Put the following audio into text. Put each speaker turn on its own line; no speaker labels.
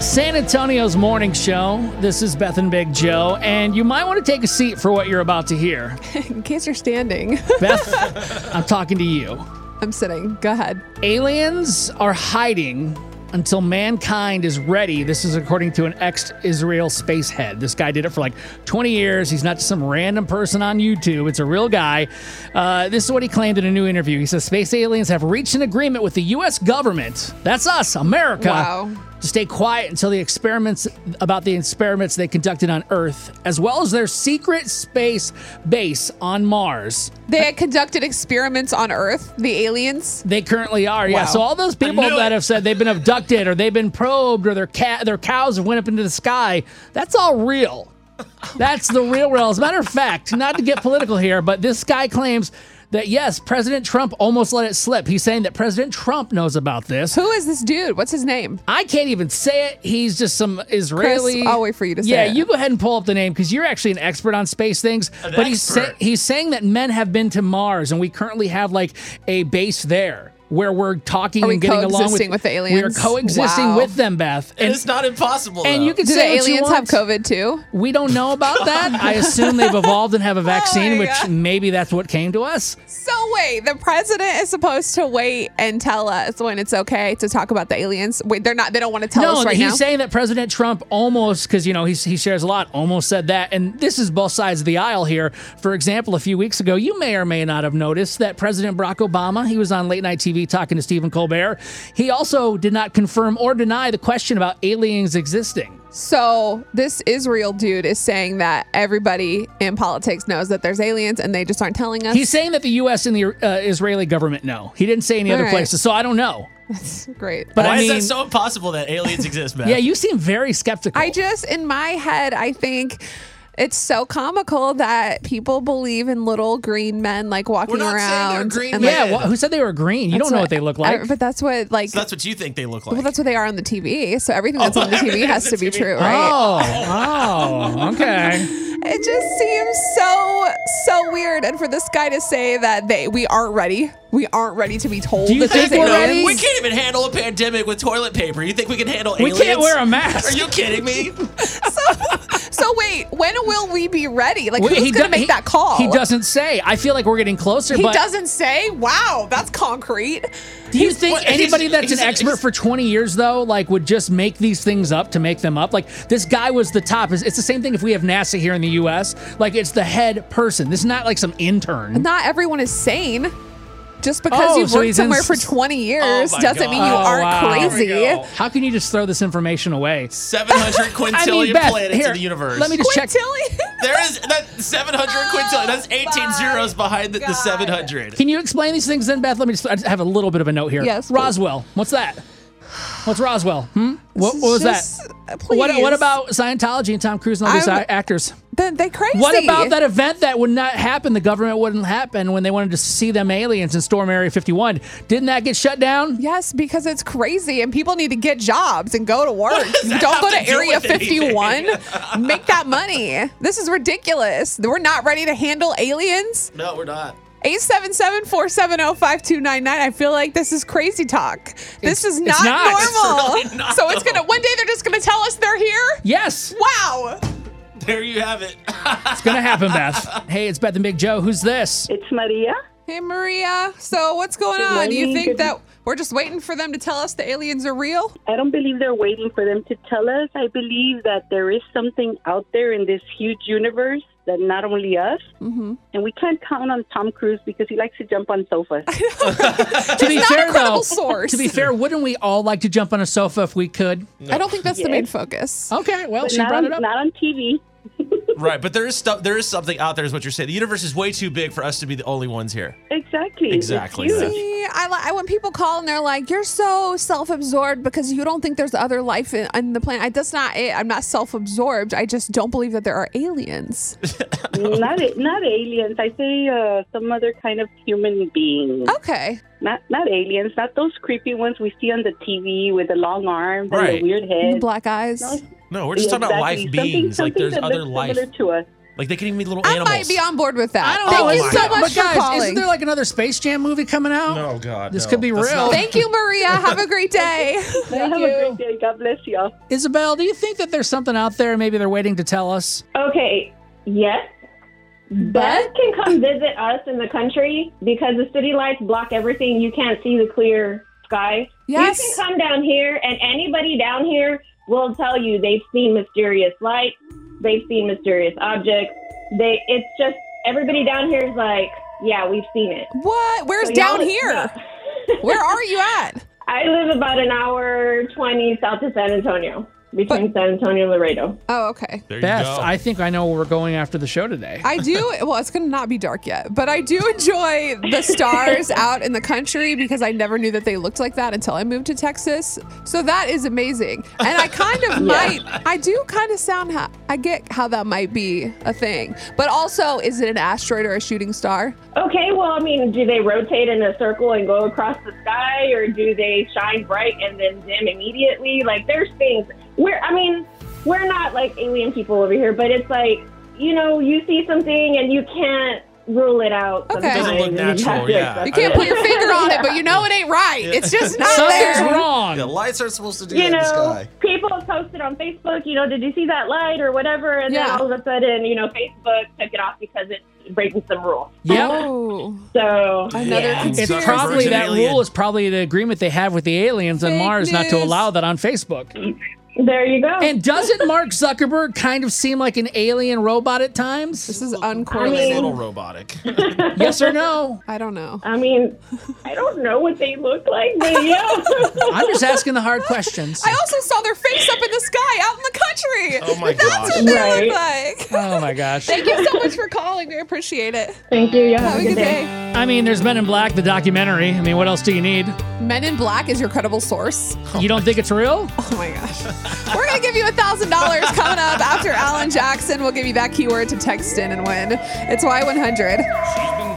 San Antonio's morning show. This is Beth and Big Joe, and you might want to take a seat for what you're about to hear.
In case you're standing,
Beth, I'm talking to you.
I'm sitting. Go ahead.
Aliens are hiding until mankind is ready. This is according to an ex Israel space head. This guy did it for like 20 years. He's not just some random person on YouTube, it's a real guy. Uh, this is what he claimed in a new interview. He says space aliens have reached an agreement with the U.S. government. That's us, America.
Wow.
To stay quiet until the experiments about the experiments they conducted on Earth, as well as their secret space base on Mars.
They had conducted experiments on Earth, the aliens.
They currently are, yeah.
Wow.
So all those people
I knew
that
it.
have said they've been abducted or they've been probed or their cat their cows have went up into the sky, that's all real. That's the real real. As a matter of fact, not to get political here, but this guy claims that yes, President Trump almost let it slip. He's saying that President Trump knows about this.
Who is this dude? What's his name?
I can't even say it. He's just some Israeli.
I'll wait for you to say
yeah,
it.
you go ahead and pull up the name because you're actually an expert on space things.
An
but he's
expert.
sa- he's saying that men have been to Mars, and we currently have like a base there where we're talking
Are we
and getting along with,
coexisting with the
We are
aliens?
coexisting
Wow.
with them, Beth.
And
And,
it's not impossible.
and
though.
you can
Do the
say what you
aliens have
want.
COVID too?
We don't know about that. I assume they've evolved and have a vaccine,
Oh my
which
God.
maybe that's what came to us.
So wait, the president is supposed to wait and tell us when it's okay to talk about the aliens. Wait, they're not. They don't want to tell
no,
us right
he's
now.
saying that President Trump almost, because you know he's, he shares a lot, almost said that. And this is both sides of the aisle here. For example, a few weeks ago, you may or may not have noticed that President Barack Obama, he was on late night TV talking to Stephen Colbert. He also did not confirm or deny the question about aliens existing.
so this Israel dude is saying that everybody in politics knows that there's aliens and they just aren't telling us.
He's saying that the U.S. and the uh, Israeli government know. He didn't say any
All
other
right.
places, so I don't know.
That's great.
But
Why
I mean,
is that so impossible that aliens exist, man?
yeah, you seem very skeptical.
I just, in my head, I think it's so comical that people believe in little green men like walking
not saying they're
around.
green
and,
men.
like,
yeah, wh- who said they were green? You don't know what, they look like.
I- but that's what, like,
So that's Oh. what you think they look like.
well, that's what they are on the TV. So everything that's on the TV
everything
has
on
to
the
be
TV.
true, right?
Oh, oh, okay.
It just seems so, so weird. And for this guy to say that they, we aren't ready, we aren't ready to be told
Do you
that
think
there's
we're ready?
aliens.
We can't even handle a pandemic with toilet paper. You think we can handle
We
aliens?
can't wear a mask.
Are you kidding me?
So wait, when will we be ready? Like,
Wait,
who's going
do-
to make that call?
He doesn't say. I feel like we're getting closer.
He
but
doesn't say. Wow, that's concrete.
do you think
what- he's-
anybody that's
he's-
an expert
he's-
for 20 years though, like, would just make these things up to make them up? Like, this guy was the top. It's, it's the same thing if we have NASA here in the U.S. Like, it's the head person. This is not like some intern.
not everyone is sane. Just because
Oh,
you've
so
worked
he's in
somewhere
s-
for 20 years
Oh my
doesn't mean you
God. Oh,
aren't
wow. There we
crazy.
go.
How can you just throw this information away?
700
I
quintillion
mean, Beth,
planets
here,
in the universe.
let me just check.
There is that 700 quintillion. That's 18
my
zeros behind the, the
God.
700.
Can you explain these things then, Beth? Let me just I just have a little bit of a note here.
Yes, please.
Roswell. What's that? What's Roswell? Hmm? What, what was
Just- uh,
that?
please.
What, what about Scientology and Tom Cruise and all these
I'm-
a- actors?
Then they crazy.
What about that event that would not happen? The government wouldn't happen when they wanted to see them aliens in Storm Area 51. Didn't that get shut down?
Yes, because it's crazy and people need to get jobs and go to work.
that
Don't
have
go
to
to
do
Area
with anything?
51. Make that money. This is ridiculous. We're not ready to handle aliens.
No, we're not.
877 470 5299. I feel like this is crazy talk. This is not,
not. It's
normal.
really not
so it's going to,
normal.
one day they're just going to tell us they're here.
Yes,
Wow.
There you have it.
it's gonna happen, Beth. hey, it's Beth and Big Joe. Who's this?
It's Maria.
Hey, Maria. So what's going on? Do you
morning.
think
Good-
that we're just waiting for them to tell us the aliens are real?
I don't believe they're waiting for them to tell us. I believe that there is something out there in this huge universe that not only us,
Mm-hmm.
and we can't count on Tom Cruise because he likes to jump on sofas.
to be
not a
fair,
credible
though,
source.
to be fair, wouldn't we all like to jump on a sofa if we could?
I don't think that's the
Yes.
main focus.
Okay, well, she
not,
brought it
on,
up.
not on TV.
right, but there is stuff there is something out there is what you're saying. The universe is way too big for us to be the only ones here.
Exactly. It's
Exactly,
huge.
Beth.
See, I, li- I when people call and they're like, "You're so self-absorbed because you don't think there's other life in, on the planet." I, that's not it. I'm not self-absorbed. I just don't believe that there are aliens.
not a- not aliens. I say uh, some other kind of human being.
Oh.
Okay,
Not not aliens. Not those creepy ones we see on the TV with the long arms and
Right.
the weird head.
black eyes.
No,
No, we're just
Yeah,
talking about life
exactly. Something-
beings. like
something
there's
that
other
looks
life.
similar to us.
Like they can even be little
I
animals.
might be on board with that.
I don't
Thank
know.
you
Is
so
it-
much
Oh, but
for
guys,
calling.
Isn't there like another Space Jam movie coming out?
Oh God,
This
no.
could be
That's
real.
not-
Thank you, Maria. Have a great day.
Thank
Have
you.
a great day. God bless y'all.
Isabel, do you think that there's something out there maybe they're waiting to tell us?
Okay, yes. But can come visit us in the country because the city lights block everything. You can't see the clear sky.
Yes.
You can come down here, and anybody down here will tell you they've seen mysterious lights, they've seen mysterious objects. They, it's just everybody down here is like, yeah, we've seen it.
What? Where's
So y'all-
down here? Where are you at?
I live about an hour twenty south of San Antonio, between San Antonio and Laredo.
Oh, okay.
There you
Beth,
go.
I think I know where we're going after the show today.
I do. Well, it's going to not be dark yet, but I do enjoy the stars out in the country because I never knew that they looked like that until I moved to Texas. So that is amazing. And I kind of might, I do kind of sound, how, I get how that might be a thing. But also, is it an asteroid or a shooting star?
Okay, well, I mean, do they rotate in a circle and go across the sky, or do they shine bright and then dim immediately? Like, there's things. We're, I mean, we're not like alien people over here, but it's like, you know, you see something and you can't rule it out.
Okay. Doesn't
look
sometimes, and you
natural,
have to
yeah.
accept
You can't
it.
put your finger on it, but you know it ain't right. It's just not
Something's
there.
wrong.
Yeah, lights aren't supposed to do that
You
in the
know,
sky.
people post it on Facebook, you know, did you see that light or whatever? And
Yeah.
then all of a sudden, you know, Facebook took it off because it's breaking some rule.
Yep.
Oh,
So,
another
yeah.
It's
Zuckerberg's
probably
an
that
alien.
rule is probably the agreement they have with the aliens on
Fake
Mars not to
news.
allow that on Facebook.
there you go.
And doesn't Mark Zuckerberg kind of seem like an alien robot at times?
This is
I
It's a
mean-
uncorrelated.
little robotic.
Yes or no?
I don't know.
I mean, I don't know what they look like, but yeah.
I'm just asking the hard questions.
I also saw their face up in the sky out in the country.
Oh my
That's
gosh.
what they
Right.
look like.
Oh my gosh.
Thank you so much for calling. We appreciate it.
Thank you. Y'all
Have a good day.
I mean, there's Men in Black, the documentary. I mean, what else do you need?
Men in Black is your credible source.
You don't think it's real?
Oh my gosh. We're going to give you $1,000 coming up after Alan Jackson. We'll give you that keyword to text in and win. It's Y100.